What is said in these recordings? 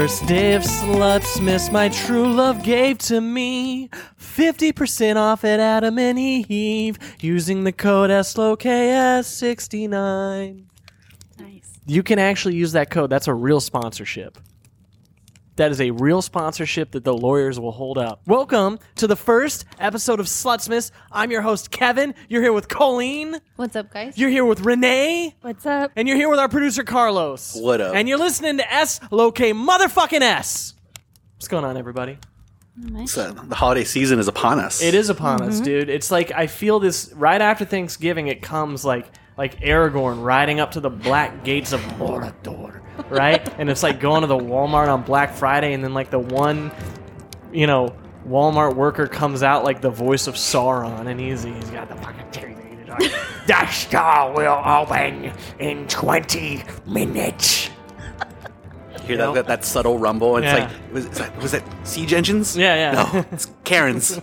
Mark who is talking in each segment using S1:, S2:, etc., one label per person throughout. S1: five sluts miss my true love gave to me. 50% off at Adam and Eve using the code SLOKS69.
S2: Nice.
S1: You can actually use that code. That's a real sponsorship. That is a real sponsorship that the lawyers will hold up. Welcome to the first episode of Slutsmiths. I'm your host, Kevin. You're here with Colleen.
S2: What's up, guys?
S1: You're here with Renee.
S2: What's up?
S1: And you're here with our producer, Carlos.
S3: What up?
S1: And you're listening to S Locate Motherfucking S. What's going on, everybody?
S3: So the holiday season is upon us.
S1: It is upon us, dude. It's like I feel this right after Thanksgiving. It comes like like Aragorn riding up to the black gates of Mordor, right? and it's like going to the Walmart on Black Friday, and then like the one, you know, Walmart worker comes out like the voice of Sauron, and he's he's got the fucking teeth. He's like, The star will open in twenty minutes.
S3: Hear that, that, that subtle rumble? And
S1: Yeah.
S3: It's like was, it's like- was that siege engines?
S1: Yeah, yeah.
S3: No, it's Karens.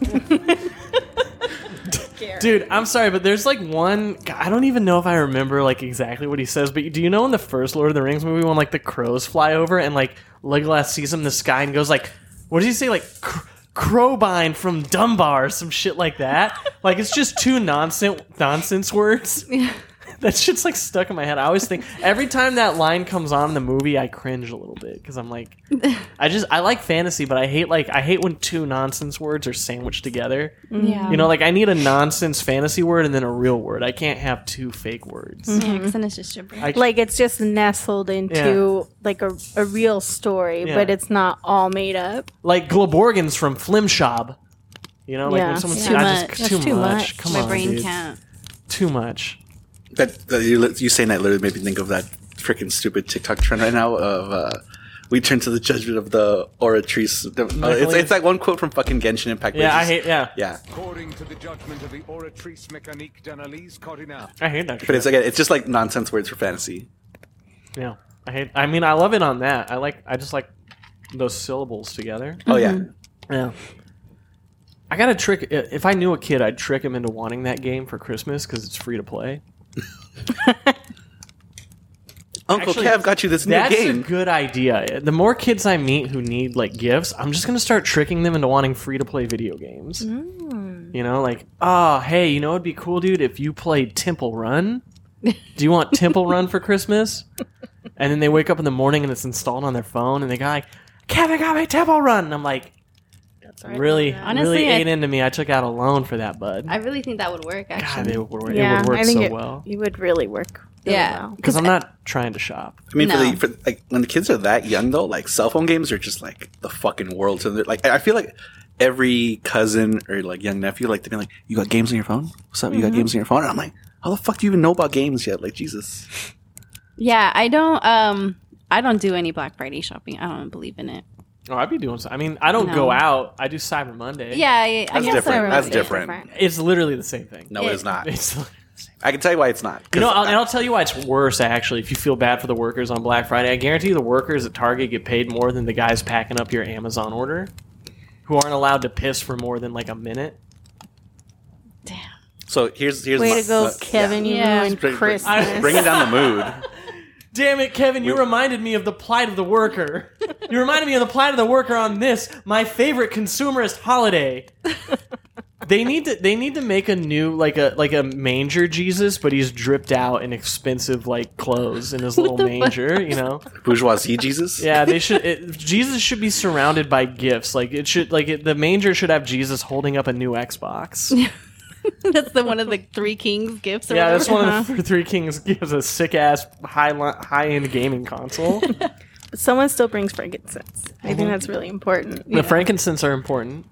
S1: Dude, I'm sorry, but there's like one. God, I don't even know if I remember like exactly what he says, but do you know in the first Lord of the Rings movie when like the crows fly over and like Legolas sees him in the sky and goes like, what does he say? Like, "Cr- crowbine from Dunbar, or some shit like that. like, it's just two nonsense nonsense words. that shit's like stuck in my head. I always think every time that line comes on in the movie, I cringe a little bit because I'm like, I just I like fantasy, but I hate like I hate when two nonsense words are sandwiched together.
S2: Yeah.
S1: You know, like I need a nonsense fantasy word and then a real word. I can't have two fake words.
S2: accent is just gibberish.
S1: I-
S4: like it's just nestled into like a, a real story
S1: Yeah.
S4: but it's not all made up
S1: Like Gleborgans from Flimshop. You know, like
S4: Yeah,
S1: when someone
S4: it's
S1: says
S4: too
S1: I
S4: much.
S1: just
S4: That's
S1: too,
S4: too
S1: much.
S4: much.
S1: Come
S2: My
S1: on,
S2: brain
S1: dude.
S2: can't.
S1: Too much.
S3: that, that you, you saying that literally made me think of that freaking stupid TikTok trend right now of uh, we turn to the judgment of the oratrice. Uh, it's, it's that one quote from fucking Genshin Impact. where
S1: Yeah, I
S3: it's
S1: hate.
S3: just-
S1: Yeah,
S3: Yeah,
S5: According to the judgment of the oratrice mécanique d'analyse cardinale.
S1: I hate that.
S3: but
S1: shit.
S3: it's again, it's just like nonsense words for fantasy.
S1: yeah, I hate. I mean, I love it on that. I like. I just like those syllables together.
S3: Oh yeah,
S1: Mm-hmm. Yeah. I got to trick. If I knew a kid, I'd trick him into wanting that game for Christmas because it's free to play.
S3: Uncle
S1: Actually,
S3: Kev got you this new
S1: That's a
S3: game.
S1: good idea. The more kids I meet who need like gifts, I'm just gonna start tricking them into wanting free to play video games.
S4: Mm.
S1: You know, like, oh, hey, you know, it'd be cool, dude, if you played Temple Run. Do you want Temple Run for Christmas? And then they wake up in the morning and it's installed on their phone, and they go like, Kevin got me Temple Run, and I'm like, really,
S2: Honestly,
S1: really
S2: I-
S1: ate into me. I took out a loan for that, bud.
S2: I really think that would work,
S1: God,
S2: actually.
S1: they were,
S4: yeah
S1: it would
S4: i
S1: work
S4: think
S1: so
S4: it,
S1: well.
S4: it would really work really
S2: Yeah.
S4: well.
S1: Because I'm not trying to shop.
S3: I mean,
S2: No.
S3: for the for like when the kids are that young though, like cell phone games are just like the fucking world. So they're like, I feel like every cousin or like young nephew, like they've been like, "You got games on your phone? What's up? You
S4: Mm-hmm.
S3: got games on your phone?" And I'm like, "How the fuck do you even know about games yet?" Like Jesus.
S2: yeah, I don't. Um, I don't do any Black Friday shopping. I don't believe in it.
S1: Oh, I'd be doing. so- I mean, I don't
S2: No.
S1: go out. I do Cyber Monday.
S2: Yeah, I, I
S3: That's
S2: guess
S3: different.
S2: I remember
S3: That's
S2: it.
S3: different.
S1: it's literally the same thing.
S3: No, it is not.
S1: It's,
S3: I can tell you why it's not.
S1: you know, I'll,
S3: I,
S1: and I'll tell you why it's worse. Actually, if you feel bad for the workers on Black Friday, I guarantee the workers at Target get paid more than the guys packing up your Amazon order, who aren't allowed to piss for more than like a minute.
S3: so here's here's
S4: way
S3: my-
S4: to go
S3: my-
S4: kevin
S3: yeah.
S4: you
S2: Yeah.
S4: ruined
S3: Bring- bring-
S4: christmas
S3: Bringing down the mood.
S1: Damn it, Kevin! You reminded me of the plight of the worker. you reminded me of the plight of the worker on this, my favorite consumerist holiday. they need to they need to make a new like a like a manger Jesus, but he's dripped out in expensive like clothes in his little manger. You know,
S3: Bourgeoisie Jesus.
S1: yeah, they should. It, Jesus should be surrounded by gifts. Like it should like it, the manger should have Jesus holding up a new Xbox.
S2: that's the one of the Three Kings gifts. Or
S1: yeah, that's
S2: whatever.
S1: one of the Three Kings gives a sick ass high li- high end gaming console.
S4: But someone still brings frankincense i think that's really important
S1: Mhm. The frankincense are important.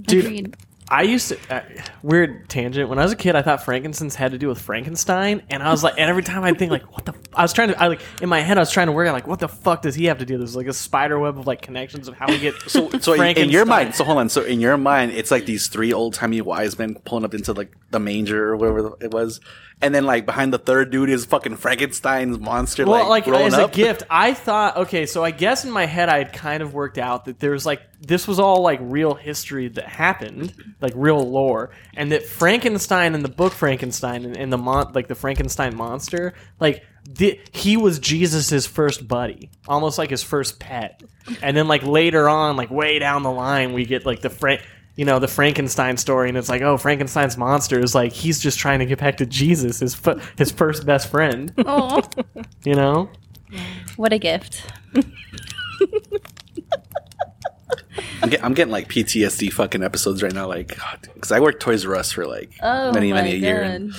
S1: Dude,
S2: Agreed.
S1: I used to uh, weird tangent. When I was a kid, I thought frankincense had to do with Frankenstein, and I was like, and every time I think like, what the? F-? I was trying to, I like in my head, I was trying to work out like, what the fuck does he have to do? There's like a spider web of like connections of how we get
S3: So, so in, in your
S1: Frankenstein.
S3: mind, so hold on. So in your mind, it's like these three old timey wise men pulling up into like the manger or whatever it was, and then like behind the third dude is fucking Frankenstein's monster.
S1: Well, like,
S3: like, rolling
S1: as
S3: up.
S1: a gift, I thought okay, so I guess in my head I had kind of worked out that there's like this was all like real history that happened, like real lore, and that Frankenstein in the book Frankenstein and, and the mon- like the Frankenstein monster, like Thi- he was Jesus's first buddy, almost like his first pet. And then like later on, like way down the line, we get like the Frank, you know, the Frankenstein story, and it's like, oh, Frankenstein's monster is like he's just trying to get back to Jesus, his fu- his first best friend.
S2: Oh,
S1: You know,
S2: what a gift.
S3: I'm, get, I'm getting like PTSD fucking episodes right now, like because I worked Toys R Us for like
S2: Oh,
S3: many
S2: my
S3: many a year.
S2: God.
S3: And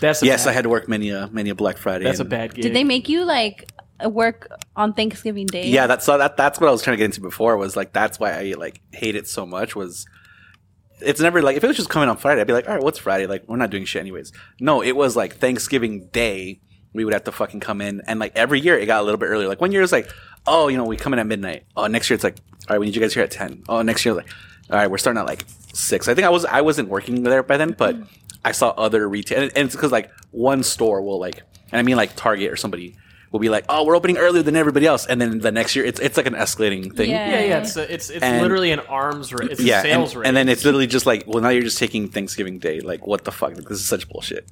S1: that's a
S3: yes,
S1: bad,
S3: I had to work many a many a Black Friday.
S1: that's a
S3: and-
S1: bad gig.
S2: Did they make you like uh, work on Thanksgiving Day?
S3: Yeah, that's so that that's what I was trying to get into before. Was like that's why I like hate it so much. Was it's never like if it was just coming on Friday, I'd be like, all right, what's Friday? Like we're not doing shit anyways. No, it was like Thanksgiving Day. We would have to fucking come in, and like every year it got a little bit earlier. Like one year it was like, oh, you know, we come in at midnight. Oh, next year it's like, all right, we need you guys here at ten. Oh, next year like, all right, we're starting at like six. I think I was I wasn't working there by then, but I saw other retail, and, and it's because like one store will like, and I mean like Target or somebody will be like, oh, we're opening earlier than everybody else, and then the next year it's it's like an escalating thing.
S2: Yeah.
S1: Yeah, yeah, it's a, it's it's
S3: And-
S1: literally an arms race. It's
S3: Yeah,
S1: a sales
S3: and,
S1: race.
S3: and then it's literally just like, well, now you're just taking Thanksgiving Day. Like, what the fuck? This is such bullshit.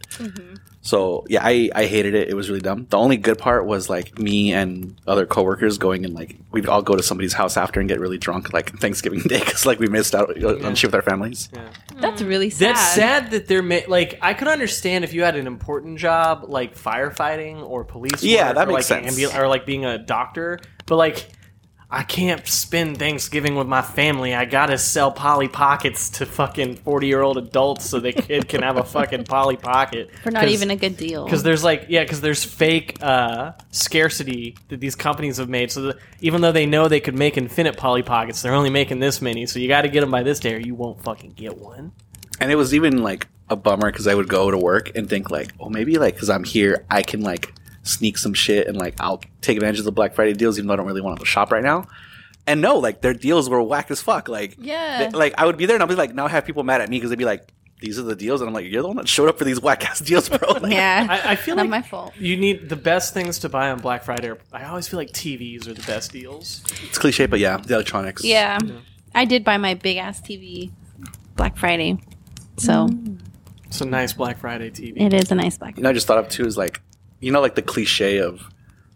S3: So yeah, I, I hated it. It was really dumb. The only good part was like me and other coworkers going and like we'd all go to somebody's house after and get really drunk like Thanksgiving Day because like we missed out
S1: Yeah.
S3: on shit with our families.
S2: That's really sad.
S1: That's sad that they're ma- like I could understand if you had an important job like firefighting or police.
S3: Yeah,
S1: work
S3: that
S1: or,
S3: makes
S1: like,
S3: sense.
S1: ambu- or like being a doctor, but like I can't spend Thanksgiving with my family. I gotta sell Polly Pockets to fucking forty-year-old adults so the kid can have a fucking Polly Pocket
S2: For not even a good deal.
S1: because there's like yeah because there's fake uh, scarcity that these companies have made so that even though they know they could make infinite Polly Pockets, they're only making this many. So you got to get them by this day, or you won't fucking get one.
S3: And it was even like a bummer because I would go to work and think like, oh, maybe like because I'm here, I can like sneak some shit and like I'll take advantage of the Black Friday deals, even though I don't really want to shop right now. And no, like their deals were whack as fuck. Like
S2: Yeah.
S3: they- like I would be there and I'd be like, now I have people mad at me because they'd be like, these are the deals, and I'm like, you're the one that showed up for these whack ass deals, bro. Like,
S2: Yeah.
S1: I, I feel
S2: Not
S1: like
S2: my fault.
S1: You need the best things to buy on Black Friday. Are, I always feel like TVs are the best deals.
S3: It's cliche, but yeah, the electronics.
S2: Yeah. I did buy my big ass TV Black Friday. So
S1: It's a nice Black Friday TV.
S2: it is a nice Black
S3: You know, I just thought of too is like, you know, like the cliche of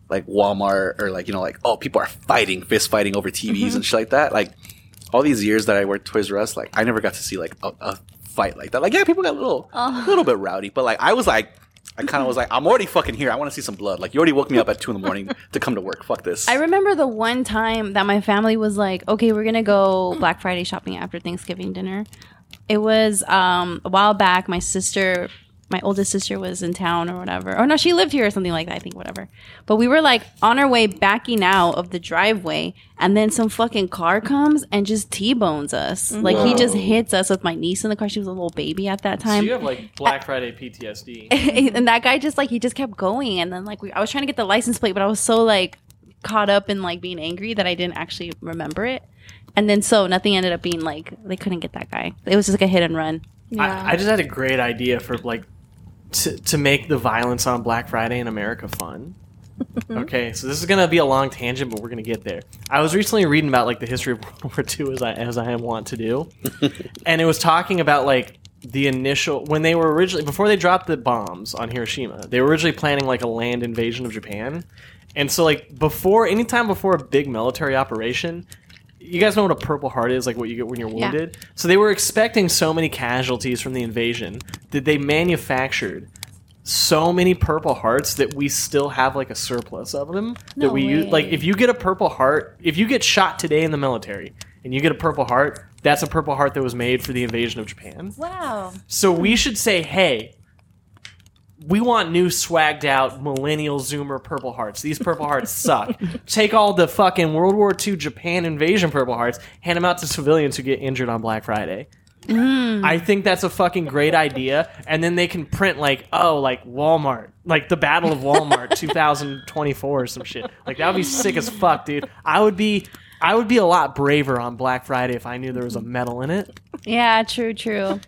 S3: like Walmart or like, you know, like, oh, people are fighting, fist fighting over TVs and shit like that. Like, all these years that I worked Toys R Us, like, I never got to see like a, a fight like that. Like, yeah, people got a little, a little bit rowdy, but like, I was like, I kind of was like, I'm already fucking here. I want to see some blood. Like, you already woke me up at two in the morning to come to work. Fuck this.
S2: I remember the one time that my family was like, okay, we're going to go Black Friday shopping after Thanksgiving dinner. It was um, a while back. My sister, my oldest sister, was in town or whatever. Or no, she lived here or something like that, I think, whatever. But we were like on our way backing out of the driveway, and then some fucking car comes and just T bones us. Like he just hits us with my niece in the car. She was a little baby at that
S1: So
S2: time.
S1: you have like Black Friday PTSD.
S2: and that guy just like he just kept going and then like we, i was trying to get the license plate but i was so like caught up in like being angry that i didn't actually remember it and then so nothing ended up being like they couldn't get that guy it was just like a hit and run
S4: Yeah.
S1: I, I just had a great idea for like to, to make the violence on Black Friday in America fun. okay, so this is gonna be a long tangent, but we're gonna get there. I was recently reading about like the history of World War II as I as I am wont to do, and it was talking about like the initial when they were originally before they dropped the bombs on Hiroshima, they were originally planning like a land invasion of Japan, and so like before anytime before a big military operation, you guys know what a purple heart is, like what you get when you're
S2: Yeah.
S1: wounded. So they were expecting so many casualties from the invasion that they manufactured so many purple hearts that we still have like a surplus of them
S2: No
S1: that we use
S2: way.
S1: like if you get a purple heart if you get shot today in the military and you get a purple heart that's a purple heart that was made for the invasion of Japan
S2: wow
S1: so we should say hey we want new swagged out millennial zoomer purple hearts these purple hearts suck take all the fucking World War II Japan invasion purple hearts hand them out to civilians who get injured on Black Friday I think that's a fucking great idea. And then they can print like, oh, like Walmart, like the Battle of Walmart 2024 or some shit. Like that would be sick as fuck, dude. I would be I would be a lot braver on Black Friday if I knew there was a medal in it.
S2: yeah true true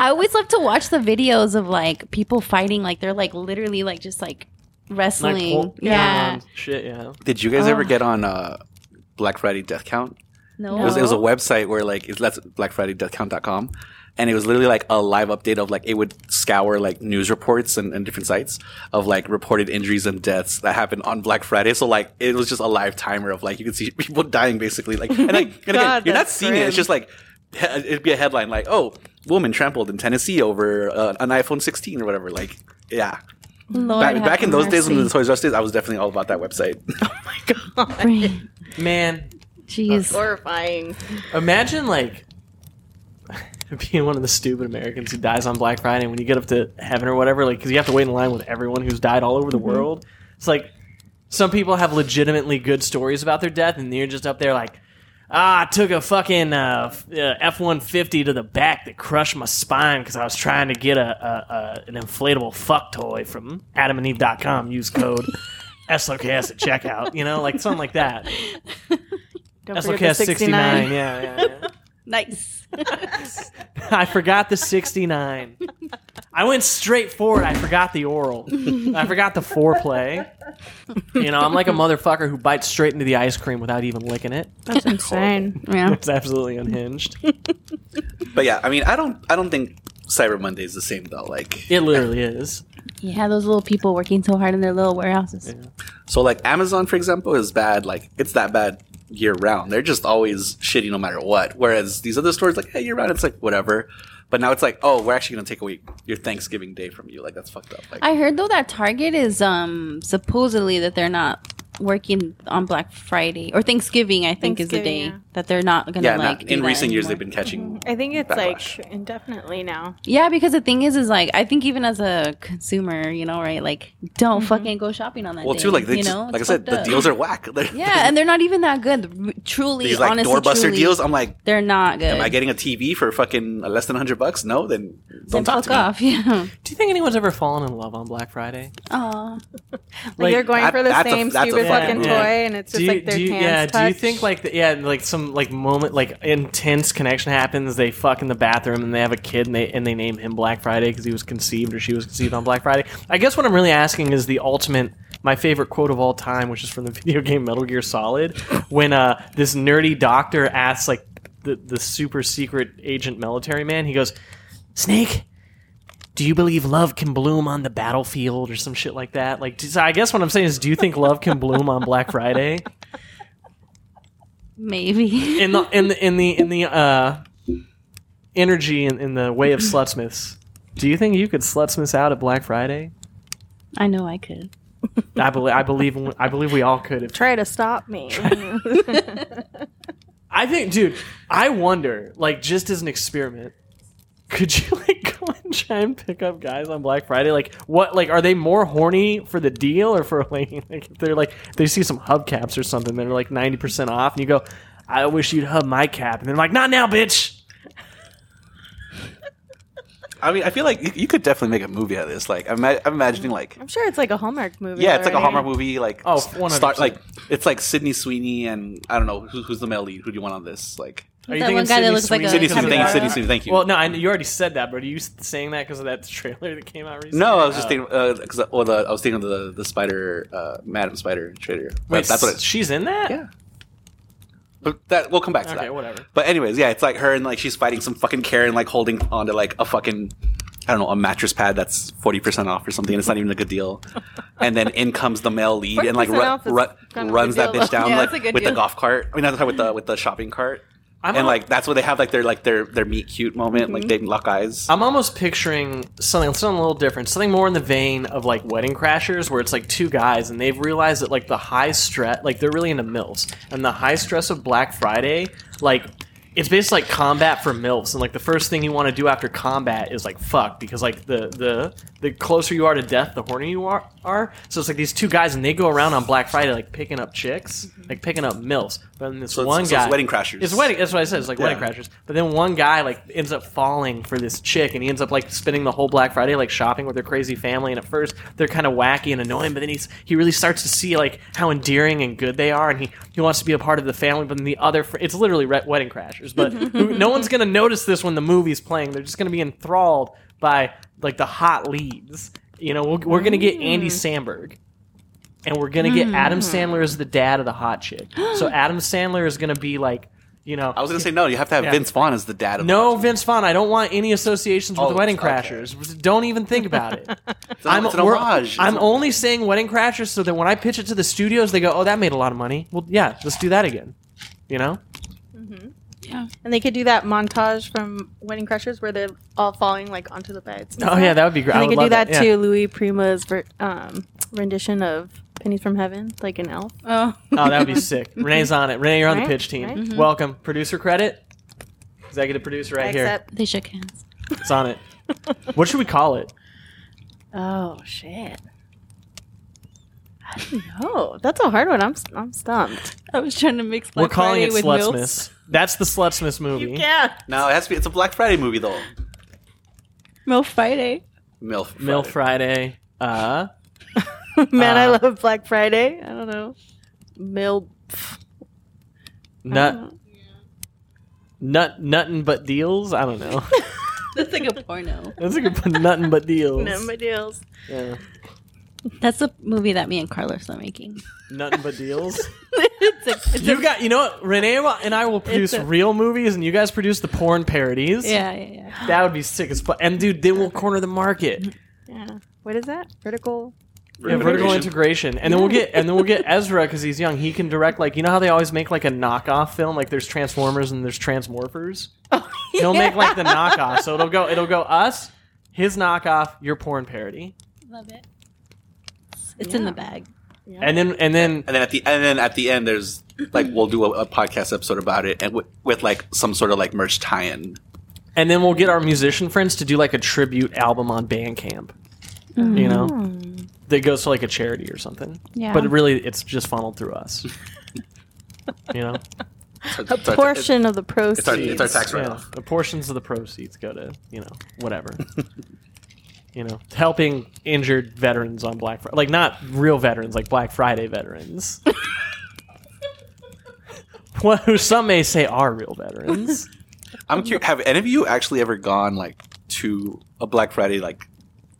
S2: i always love to watch the videos of like people fighting like they're like literally like just like
S1: Like
S2: wrestling
S1: pull-
S2: yeah
S1: Shit, yeah.
S3: Did you guys ever get on uh, Black Friday death count?
S2: No.
S3: It was, it was a
S1: Oh.
S4: No.
S3: website where like it's that's blackfriday.com and it was literally like a live update of like it would scour like news reports and, and different sites of like reported injuries and deaths that happened on Black Friday. So like it was just a live timer of like you could see people dying basically. Like and like and again,
S1: God,
S3: you're not
S1: that's
S3: seeing it. It's
S1: grim.
S3: just like he- it'd be a headline like oh woman trampled in Tennessee over uh, an iPhone 16 or whatever. Like yeah.
S2: Lord
S3: Back,
S2: have
S3: back in those days when the
S2: mercy.
S3: Toys R Us days, I was definitely all about that website.
S2: Right.
S1: Man,
S2: Jeez.
S4: Horrifying.
S1: imagine like being one of the stupid Americans who dies on Black Friday when you get up to heaven or whatever, like because you have to wait in line with everyone who's died all over the world. It's like some people have legitimately good stories about their death, and you're just up there like. Ah, I took a fucking uh, F one fifty to the back that crushed my spine because I was trying to get a, a, a an inflatable fuck toy from AdamandEve.com. Use code SOKS at checkout. You know, like something like that.
S4: Don't
S1: SOKS sixty nine. Yeah, yeah, yeah.
S2: Nice.
S1: I forgot the 69. I went straight for it. I forgot the oral. I forgot the foreplay. You know, I'm like a motherfucker who bites straight into the ice cream without even licking it.
S4: That's insane.
S2: Yeah.
S1: It's absolutely unhinged.
S3: But yeah, I mean, I don't, I don't think Cyber Monday is the same though. Like,
S1: It literally is.
S2: Yeah, those little people working so hard in their little warehouses.
S3: so like Amazon, for example, is bad. Like, it's that bad year round. They're just always shitty no matter what. Whereas these other stores, like, hey, year round, it's like whatever. But now it's like, oh, we're actually gonna take away your Thanksgiving day from you. Like, that's fucked up. Like,
S2: I heard though that Target is um supposedly that they're not working on Black Friday or Thanksgiving. I think is the day
S4: Thanksgiving, yeah.
S2: that they're not gonna
S3: yeah,
S2: like.
S3: not,
S2: do
S3: in
S2: that
S3: recent years they've
S2: anymore.
S3: been catching.
S2: Mm-hmm.
S4: I think it's
S3: Backlash.
S4: like indefinitely now.
S2: Yeah, because the thing is, is like I think even as a consumer, you know, right? Like, don't fucking go shopping on that.
S3: Well,
S2: day,
S3: too, like they
S2: you
S3: just,
S2: know,
S3: like I
S2: It's
S3: said,
S2: fucked
S3: the
S2: up.
S3: deals are whack. They're-
S2: Yeah, and they're not even that good. R- Truly,
S3: these like
S2: honestly,
S3: doorbuster
S2: truly,
S3: deals. I'm like,
S2: They're not good.
S3: am I getting a TV for fucking less than hundred bucks? No, then
S2: Then
S3: don't
S2: fuck
S3: talk to me.
S2: off. Yeah.
S1: Do you think anyone's ever fallen in love on Black Friday?
S2: Oh.
S4: Like,
S1: Like,
S4: you're going
S3: that-
S4: for the
S3: that's a-
S4: same
S3: that's a
S4: stupid
S1: fucking
S4: fucking
S1: move.
S4: toy, and it's just like their
S1: do you,
S4: hands
S1: yeah,
S4: touched.
S1: do you think like the, yeah, like some like moment like intense connection happens? They fuck in the bathroom and they have a kid and they and they name him Black Friday because he was conceived or she was conceived on Black Friday. I guess what I'm really asking is the ultimate, my favorite quote of all time, which is from the video game Metal Gear Solid, when uh this nerdy doctor asks like the the super secret agent military man, he goes, Snake. Do you believe love can bloom on the battlefield or some shit like that? Like, so I guess what I'm saying is, do you think love can bloom on Black Friday?
S2: Maybe.
S1: in the in the in the in the uh energy in, in the way of slutsmiths do you think you could slutsmiths out at black friday
S2: I know I could.
S1: i believe i believe i believe we all could if
S4: Try to stop me.
S1: i think dude i wonder like just as an experiment could you like go and try and pick up guys on black friday like what like are they more horny for the deal or for like, like if they're like they see some hubcaps or something that are like 90% off and you go i wish you'd hub my cap and they're like not now bitch
S3: I mean, I feel like you, you could definitely make a movie out of this. Like, I'm, ma- I'm imagining like
S4: I'm sure it's like a Hallmark movie.
S3: Yeah, it's like a
S4: already.
S3: Hallmark movie. Like
S1: Oh,
S3: s-
S1: 100%.
S3: start like it's like Sydney Sweeney and I don't know who, who's the male lead. Who do you want on this? Like
S1: are
S2: That one guy that
S1: Sydney
S2: looks like a-
S1: Sweeney?
S3: Sydney
S2: Come
S3: Sweeney. Thank you,
S2: back.
S3: Sydney Sweeney. Thank you.
S1: Well, no, I, you already said that, but are you s- saying that because of that trailer that came out recently?
S3: no, I was just thinking because uh, well, the, I was thinking of the the Spider, uh, Madam Spider trailer. That-
S1: Wait,
S3: that's what
S1: s-
S3: it's.
S1: she's in that.
S3: Yeah. But that we'll come back to
S1: Okay,
S3: that.
S1: whatever.
S3: But anyways, yeah, it's like her and like she's fighting some fucking Karen, like holding onto like a fucking I don't know a mattress pad that's forty percent off or something, and it's not even a good deal. And then in comes the male lead and like
S4: 40%
S3: ru-
S4: off is
S3: ru-
S4: kind of a
S3: runs
S4: good
S3: that
S4: deal,
S3: bitch
S4: though.
S3: down
S4: Yeah,
S3: like
S4: it's a good
S3: with the
S4: deal.
S3: golf cart. I mean, not with the with the shopping cart.
S1: I'm
S3: and
S1: al-
S3: like that's where they have like their like their their meet cute moment,
S4: Mm-hmm.
S3: like they lock eyes.
S1: I'm almost picturing something something a little different, something more in the vein of like Wedding Crashers, where it's like two guys and they've realized that like the high stress, like they're really into milfs, and the high stress of Black Friday, like it's basically like combat for milfs, and like the first thing you want to do after combat is like fuck, because like the the the closer you are to death, the hornier you are. are. So it's like these two guys and they go around on Black Friday like picking up chicks, like picking up milfs, but then this
S3: So it's-
S1: one
S3: so
S1: guy
S3: it's Wedding Crashers.
S1: It's wedding. That's what I said. It's like
S3: Yeah.
S1: wedding crashers. But then one guy like ends up falling for this chick, and he ends up like spending the whole Black Friday like shopping with her crazy family. And at first they're kind of wacky and annoying, but then he's he really starts to see like how endearing and good they are, and he he wants to be a part of the family. But then the other fr- it's literally re- wedding crashers. But who, no one's gonna notice this when the movie's playing. They're just gonna be enthralled by like the hot leads. You know, we're, we're gonna get Andy Samberg and we're gonna get Adam Sandler as the dad of the hot chick. So Adam Sandler is gonna be like You know,
S3: I was gonna say no. You have to have
S1: Yeah.
S3: Vince Vaughn as the dad. of
S1: no
S3: the
S1: Vince Vaughn. I don't want any associations with
S3: Oh,
S1: Wedding
S3: okay.
S1: Crashers. Don't even think about it.
S3: It's, an- it's an
S1: we're-
S3: homage.
S1: I'm
S3: It's a-
S1: only saying Wedding Crashers so that when I pitch it to the studios, they go, "Oh, that made a lot of money. Well, yeah, let's do that again." You know?
S4: And they could do that montage from Wedding Crashers where they're all falling like onto the beds. and
S1: Oh
S4: stuff.
S1: yeah, that would be great.
S4: And
S1: I
S4: they
S1: would
S4: could do
S1: love
S4: that
S1: yeah.
S4: to Louis Prima's ver- um, rendition of Pennies from Heaven, like an elf.
S2: Oh,
S1: Oh, that would be sick. Renee's on it. Renee, you're on the
S4: Right,
S1: pitch team.
S4: right. Mm-hmm.
S1: Welcome, producer credit, executive producer right
S4: Except,
S2: they shook hands.
S1: here. It's on it. What should we call it?
S4: oh shit. I don't know. That's a hard one. I'm s- I'm stumped.
S2: I was trying to mix.
S1: We're
S2: Black
S1: calling
S2: Friday
S1: it
S2: with
S1: Slutsmith.
S2: milfs.
S1: That's the Slutsmith movie.
S4: Yeah.
S3: no. It has to be. It's a Black Friday movie though.
S2: Milf Friday.
S3: Milf. Friday.
S1: Mill Friday. Uh,
S4: Man, I
S1: Uh,
S4: love Black Friday. I don't know. Mill. Uh-huh.
S1: nut, nut, nuttin' but deals. I don't know.
S2: That's like a porno.
S1: That's a good put nuttin' but deals.
S4: None of my deals.
S1: Yeah.
S2: That's a movie that me and Carlos are making.
S1: Nuttin' but deals.
S2: it's a, it's
S1: You got. You know what? Renee will- and I will produce
S2: a-
S1: real movies, and you guys produce the porn parodies.
S2: yeah, yeah, yeah.
S1: That would be sick as fuck. And dude, then we'll corner the market.
S4: Yeah. What is that? Vertical.
S1: Yeah, vertical
S3: Integration.
S1: integration, and then we'll get and then we'll get Ezra because he's young. He can direct like you know how they always make like a knockoff film. Like there's Transformers and there's Transmorphers.
S2: Oh,
S1: He'll make like the knockoff, so it'll go it'll go us, his knockoff, your porn parody,
S2: Love it. It's in the bag.
S1: and then and then
S3: And then at the and then at the end, there's like we'll do a, a podcast episode about it, and w- with like some sort of like merch tie-in.
S1: and then we'll get our musician friends to do like a tribute album on Bandcamp. You know,
S4: Mm-hmm.
S1: that goes to like a charity or something.
S2: Yeah.
S1: but really, it's just funneled through us. you know,
S3: A
S4: Portion of the
S3: It's our, it's
S4: proceeds.
S3: our tax
S1: Yeah,
S3: write-off.
S1: the portions of the proceeds go to you know whatever. you know, helping injured veterans on Black Friday, like not real veterans, like Black Friday veterans. What, who some may say are real veterans.
S3: I'm curious. Have any of you actually ever gone like to a Black Friday like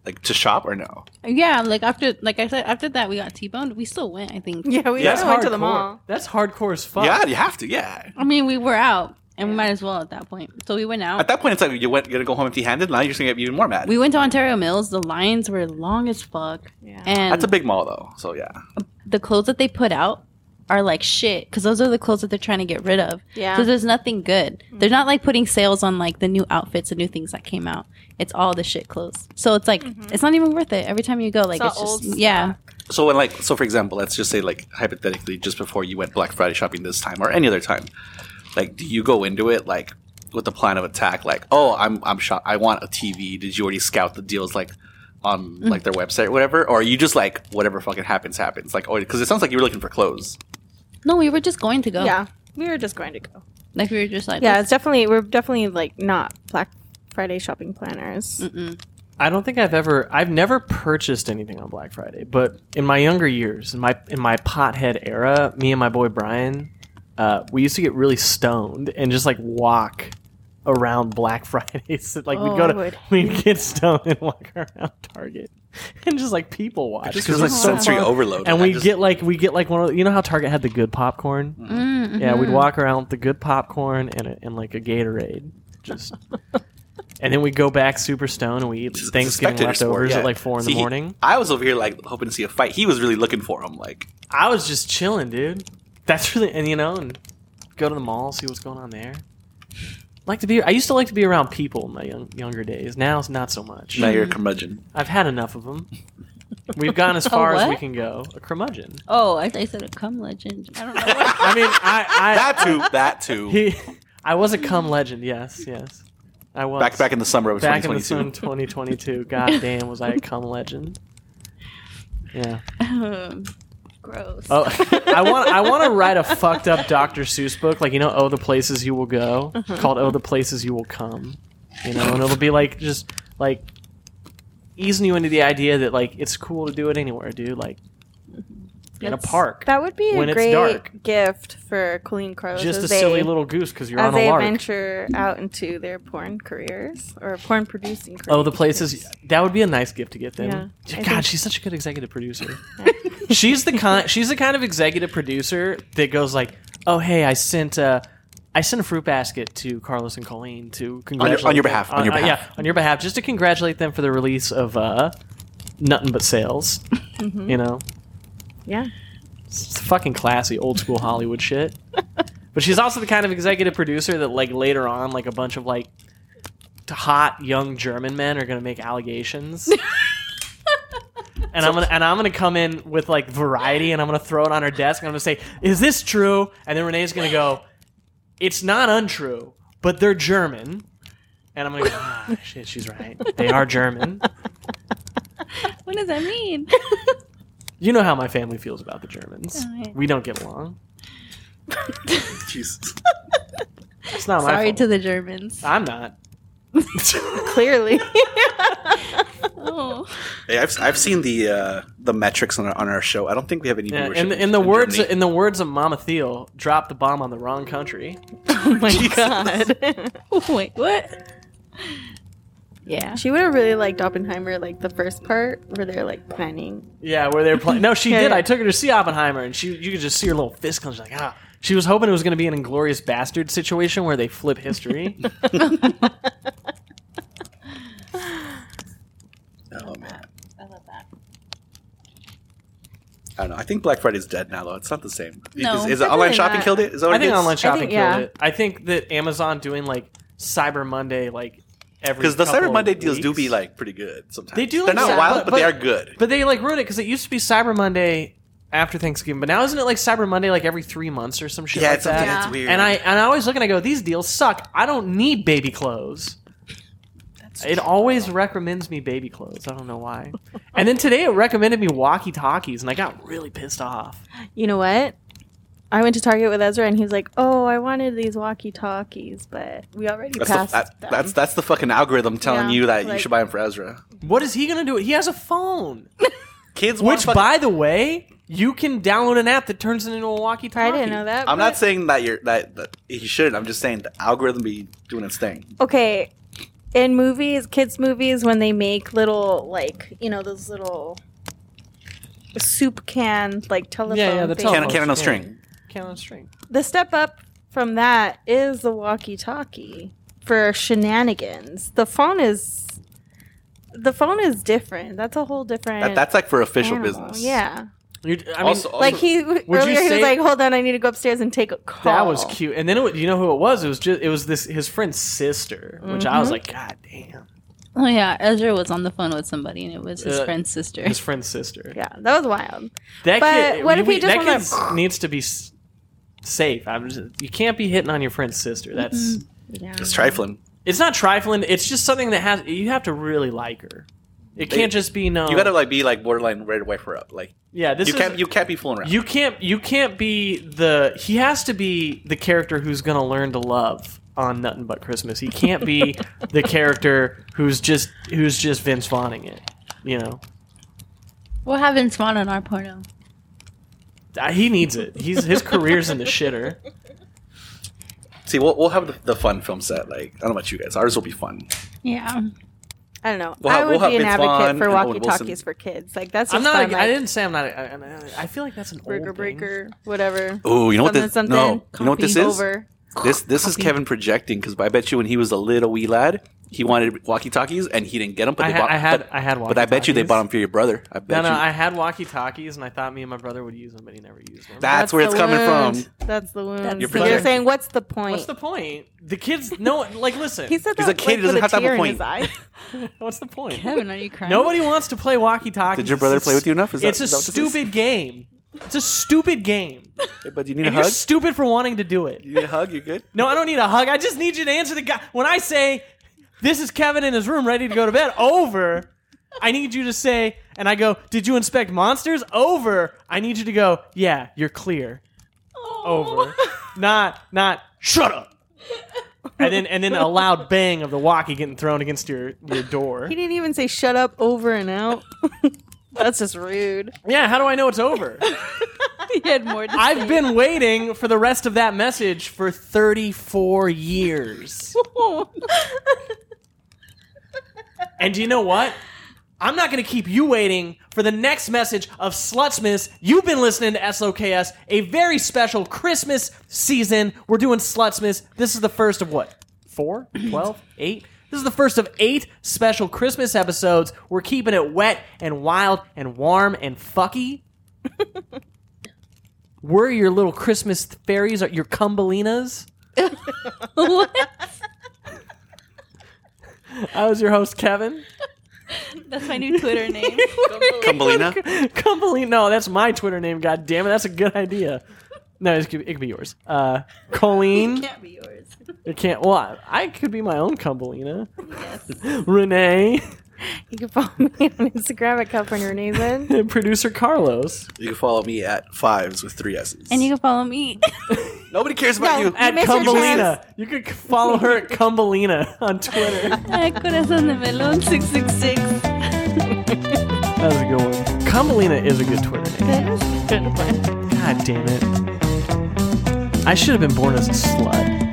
S3: like to shop or no?
S2: Yeah, like after, like I said, after that we got T-boned. We still went, I think.
S4: Yeah, we
S3: Yeah.
S4: just
S3: That's
S4: went to
S1: hardcore.
S4: the mall.
S1: That's hardcore as fuck.
S3: Yeah, you have to. Yeah.
S2: I mean, we were out, and we might as well at that point. So we went out.
S3: At that point, it's like you went gonna go home empty-handed. Now you're just gonna get even more mad.
S2: we went to Ontario Mills. The lines were long as fuck,
S4: Yeah.
S2: and
S3: That's a big mall though, so yeah.
S2: the clothes that they put out are like shit because those are the clothes that they're trying to get rid of.
S4: Yeah. Mm-hmm.
S2: So there's nothing good. They're not like putting sales on like the new outfits and new things that came out. It's all the shit clothes. So it's like it's not even worth it. Every time you go, like
S4: Mm-hmm. all
S2: it's, just
S4: old
S2: yeah.
S3: So when like so for example, let's just say like hypothetically, just before you went Black Friday shopping this time or any other time, like do you go into it like with the plan of attack? Like oh, I'm I'm shop I want a TV. Did you already scout the deals like on
S1: Mm-hmm.
S3: like their website or whatever? Or are you just like whatever fucking happens happens? Like oh, because it sounds like you were looking for clothes.
S2: No, we were just going to go.
S4: Yeah, we were just going to go.
S2: Like we were just like
S4: uh, Yeah, it's definitely we're definitely like not Black Friday shopping planners.
S1: I don't think I've ever I've never purchased anything on Black Friday, but in my younger years, in my in my pothead era, me and my boy Brian, uh, we used to get really stoned and just like walk around Black Fridays. like
S4: Oh,
S1: we'd go
S4: I
S1: to
S4: would
S1: we'd get stoned and walk around Target and just like people watch
S3: Just
S1: 'cause
S3: because like
S1: it's
S3: sensory
S1: fun.
S3: overload.
S1: And
S3: I
S1: we
S3: just- Mm-hmm.
S1: get like we get like one of the- you know how Target had the good popcorn.
S2: Mm,
S1: Yeah, we'd walk around with the good popcorn and a, and like a Gatorade, just. and then we go back super stone and we eat
S3: it's a
S1: Thanksgiving
S3: spectator
S1: leftovers
S3: sport, yeah.
S1: at like four in
S3: See,
S1: the morning.
S3: I was over here like hoping to see a fight. He was really looking for him. Like
S1: I was just chilling, dude. That's really and you know and go to the mall, see what's going on there. Like to be, I used to like to be around people in my young, younger days. Now it's not so much.
S3: now you're a curmudgeon.
S1: I've had enough of them. We've gone as far as we
S2: what?
S1: can go. A curmudgeon.
S2: Oh, I, I said a cum legend. I don't know. What,
S1: I mean, I, I
S3: That too. That too.
S1: he, I was a cum legend. Yes, yes, I was.
S3: back back in the summer of
S1: back in the sun
S3: 2022.
S1: 2022 god damn was i a cum legend yeah
S2: um, gross.
S1: oh i want i want to write a fucked up dr seuss book like you know oh the places you will go
S3: Uh-huh.
S1: called oh the places you will come you know and it'll be like just like easing you into the idea that like it's cool to do it anywhere dude like in a
S2: That's-
S1: park
S4: That would be
S1: When
S4: a
S1: it's
S4: great
S1: dark.
S4: gift for Colleen Carlos.
S1: just
S4: as
S1: a
S4: they,
S1: silly little goose because you're
S4: as
S1: on a
S4: they
S1: lark
S4: venture out into their porn careers or porn producing. careers.
S1: Oh, the places that would be a nice gift to get them.
S4: Yeah, I
S1: God,
S4: think-
S1: she's such a good executive producer. she's the kind. She's the kind of executive producer that goes like, "Oh, hey, I sent uh, I sent a fruit basket to Carlos and Colleen to
S3: on
S1: congratulate
S3: your
S1: them-
S3: behalf, on your behalf.
S1: yeah, on your behalf, just to congratulate them for the release of uh, nothing but sales.
S4: Mm-hmm.
S1: You know,
S4: Yeah.
S1: it's fucking classy, old school Hollywood shit. But she's also the kind of executive producer that, like, later on, like a bunch of like t- hot young German men are gonna make allegations. And I'm gonna and I'm gonna come in with like variety, and I'm gonna throw it on her desk, and I'm gonna say, "Is this true?" And then Renee's gonna go, "It's not untrue, but they're German." And I'm gonna go, "Ah, shit, she's right. They are German."
S2: What does that mean?
S1: You know how my family feels about the Germans.
S2: Oh, yeah.
S1: We don't get along.
S3: Jesus.
S1: It's not my
S2: Sorry
S1: fault. Ah.
S2: to the Germans.
S1: I'm not.
S4: Clearly.
S2: Oh.
S3: Hey, I've, I've seen the uh, the metrics on our, on our show. I don't think we have any.
S1: Yeah,
S3: viewership
S1: in the, in the words
S3: Germany.
S1: in the words of Mama Thiel, drop the bomb on the wrong country.
S4: oh my god.
S2: Wait, what? Yeah.
S4: she would have really liked Oppenheimer, like the first part where they're like planning.
S1: Yeah, where they're playing. No, she
S4: Yeah,
S1: did.
S4: yeah.
S1: I took her to see Oppenheimer, and she you could just see her little fist clench. Like ah, she was hoping it was going to be an inglorious bastard situation where they flip history.
S3: Oh man,
S2: I love that.
S3: I don't know. I think Black Friday's dead now though. It's not the same.
S2: No,
S3: is, is it online
S2: definitely
S3: shopping
S2: not.
S3: killed it? Is that what
S1: I think
S3: it is?
S1: online shopping
S4: yeah.
S1: killed it. I think that Amazon doing like Cyber Monday, like every
S3: because the
S1: couple
S3: Cyber Monday
S1: of
S3: deals do
S1: weeks.
S3: be like pretty good sometimes.
S1: They do like
S3: They're not
S1: that,
S3: wild,
S1: but-
S3: but, they are
S1: but-
S3: good.
S1: But they like ruined it because it used to be Cyber Monday after Thanksgiving, but now isn't it like Cyber Monday like every three months or some shit
S3: yeah,
S1: like
S3: it's,
S1: that?
S3: yeah, it's weird.
S1: And I and I always look and I go, these deals suck. I don't need baby clothes. it always recommends me baby clothes. I don't know why. and then today it recommended me walkie talkies, and I got really pissed off.
S4: You know what? I went to Target with Ezra and he was like, "Oh, I wanted these walkie-talkies, but we already
S3: that's the,
S4: passed
S3: that-
S4: them."
S3: that's that's the fucking algorithm telling
S4: Yeah,
S3: you that you
S4: like-
S3: should buy them for Ezra.
S1: What is he gonna do? He has a phone,
S3: Kids, want
S1: which,
S3: fucking-
S1: by the way, you can download an app that turns it into a walkie
S4: I
S1: talkie.
S4: didn't know that.
S3: I'm
S4: but-
S3: not saying that you're that, that he should. I'm just saying the algorithm be doing its thing.
S4: okay in movies kids movies when they make little like you know those little soup can like telephone
S1: Yeah, yeah, the
S4: thing.
S1: telephone.
S3: Can, can on a
S1: yeah.
S3: string.
S1: Count on string.
S4: the step up from that is the walkie talkie for shenanigans the phone is the phone is different that's a whole different
S3: That, that's like for official
S4: animal.
S3: business.
S4: yeah
S1: You- I mean,
S3: Also,
S4: like he earlier he
S1: say-
S4: was like hold on i need to go upstairs and take a call
S1: that was cute. And then it, wa- you know who it was? It was just it was this his friend's sister, which I
S4: Mm-hmm.
S1: was like, God damn,
S2: Oh yeah, Ezra was on the phone with somebody, and it was his
S1: Uh,
S2: friend's sister.
S1: his friend's sister.
S4: yeah that was wild
S1: That
S4: But
S1: kid,
S4: what if
S1: we-
S4: he just
S1: that
S4: wanna-
S1: kid needs to be s- safe. I'm just, you can't be hitting on your friend's sister. That's
S4: yeah
S3: it's trifling.
S1: it's not trifling. It's just something that has you have to really like her. It
S3: They-
S1: can't just be no.
S3: You gotta like be like borderline ready to wipe her up. Like
S1: yeah. This
S3: you
S1: is,
S3: can't you can't be fooling around.
S1: You can't you can't be the he has to be the character who's gonna learn to love on Nothing But Christmas. He can't be the character who's just who's just Vince Vaughning it. You know,
S2: What happened to Swan on our porno?
S1: Uh, he needs it. He's his career's in the shitter.
S3: See, we'll, we'll have the, the fun film set. Like I don't know about you guys, ours will be fun.
S2: Yeah.
S4: I don't know.
S3: We'll
S4: I
S3: have-
S4: would
S3: we'll have
S4: be an
S3: Vince
S4: advocate
S3: Vaughn
S4: for
S3: and Owen
S4: walkie
S3: Wilson.
S4: talkies for kids. Like that's just
S1: I'm not.
S4: fun,
S1: Like, I
S4: like,
S1: didn't say I'm not. I, I- I feel like that's an old
S4: burger
S1: thing.
S4: breaker, whatever.
S3: Oh, you know what? This,
S4: something,
S3: no, you know what this
S4: Copy.
S3: is?
S4: Over.
S3: This this is Kevin projecting because I bet you when he was a little wee lad, he wanted walkie talkies and he didn't get them. But
S1: I,
S3: they
S1: ha-
S3: bought,
S1: I had.
S3: but,
S1: I had.
S3: but I bet you they
S1: walkie-talkies.
S3: bought them for your brother. I bet
S1: No, no.
S3: you.
S1: I had walkie talkies, and I thought me and my brother would use them, but he never used them.
S3: That's where it's
S4: the
S3: coming
S4: wound.
S3: from.
S4: That's the wound.
S2: That's
S3: You're
S4: So you're
S3: projecting.
S4: saying, what's the point?
S1: What's the point? The kids. No. Like, listen.
S4: he said that
S3: He's a kid, he doesn't
S4: like, with
S3: have to have a
S4: tear in
S3: point.
S4: his eye.
S1: What's the point?
S2: Kevin, are you crying?
S1: Nobody wants to play walkie talkie.
S3: Did your brother play with you enough? Is that-
S1: it's a
S3: is that what this is?
S1: stupid game. It's a stupid game.
S3: Hey, But you need a
S1: And you're
S3: hug.
S1: stupid for wanting to do it.
S3: You need a hug. You good?
S1: No, I don't need a hug. I just need you to answer the guy. When I say, this is Kevin in his room ready to go to bed, over, I need you to say, and I go, did you inspect monsters? Over. I need you to go, yeah, you're clear. Over. Not, not, shut up. And then, and then a loud bang of the walkie getting thrown against your, your door.
S4: He didn't even say shut up, over and out. that's just rude.
S1: Yeah, how do I know it's over?
S2: He had more. To-
S1: I've been waiting for the rest of that message for 34 years. and do you know what? I'm not going to keep you waiting for the next message of Slutsmiths. You've been listening to SOKS, a very special Christmas season. We're doing Slutsmiths. This is the first of what? Four? Twelve? Eight? This is the first of eight special Christmas episodes. We're keeping it wet and wild and warm and fucky. We're your little Christmas fairies, or your Cumbelinas. I was your host, Kevin.
S2: That's my new Twitter name.
S3: Cumbalina?
S1: Cumbelina. No, that's my Twitter name. God damn it, that's a good idea. No, it could be, it could be yours. Uh, Colleen.
S2: Can't be yours.
S1: It can't. Well, I, I could be my own Cumbelina. Renee.
S4: You can follow me on Instagram at California Renazen.
S1: Producer Carlos.
S3: You can follow me at fives with three S's.
S2: And you can follow me.
S3: Nobody cares about
S4: No.
S3: you.
S1: At
S4: missed your
S1: Cumbelina. You could follow her at Cumbelina on Twitter.
S2: at Corazon de Melon 666.
S1: That was a good one. Cumbelina is a good Twitter name. God damn it. I should have been born as a slut.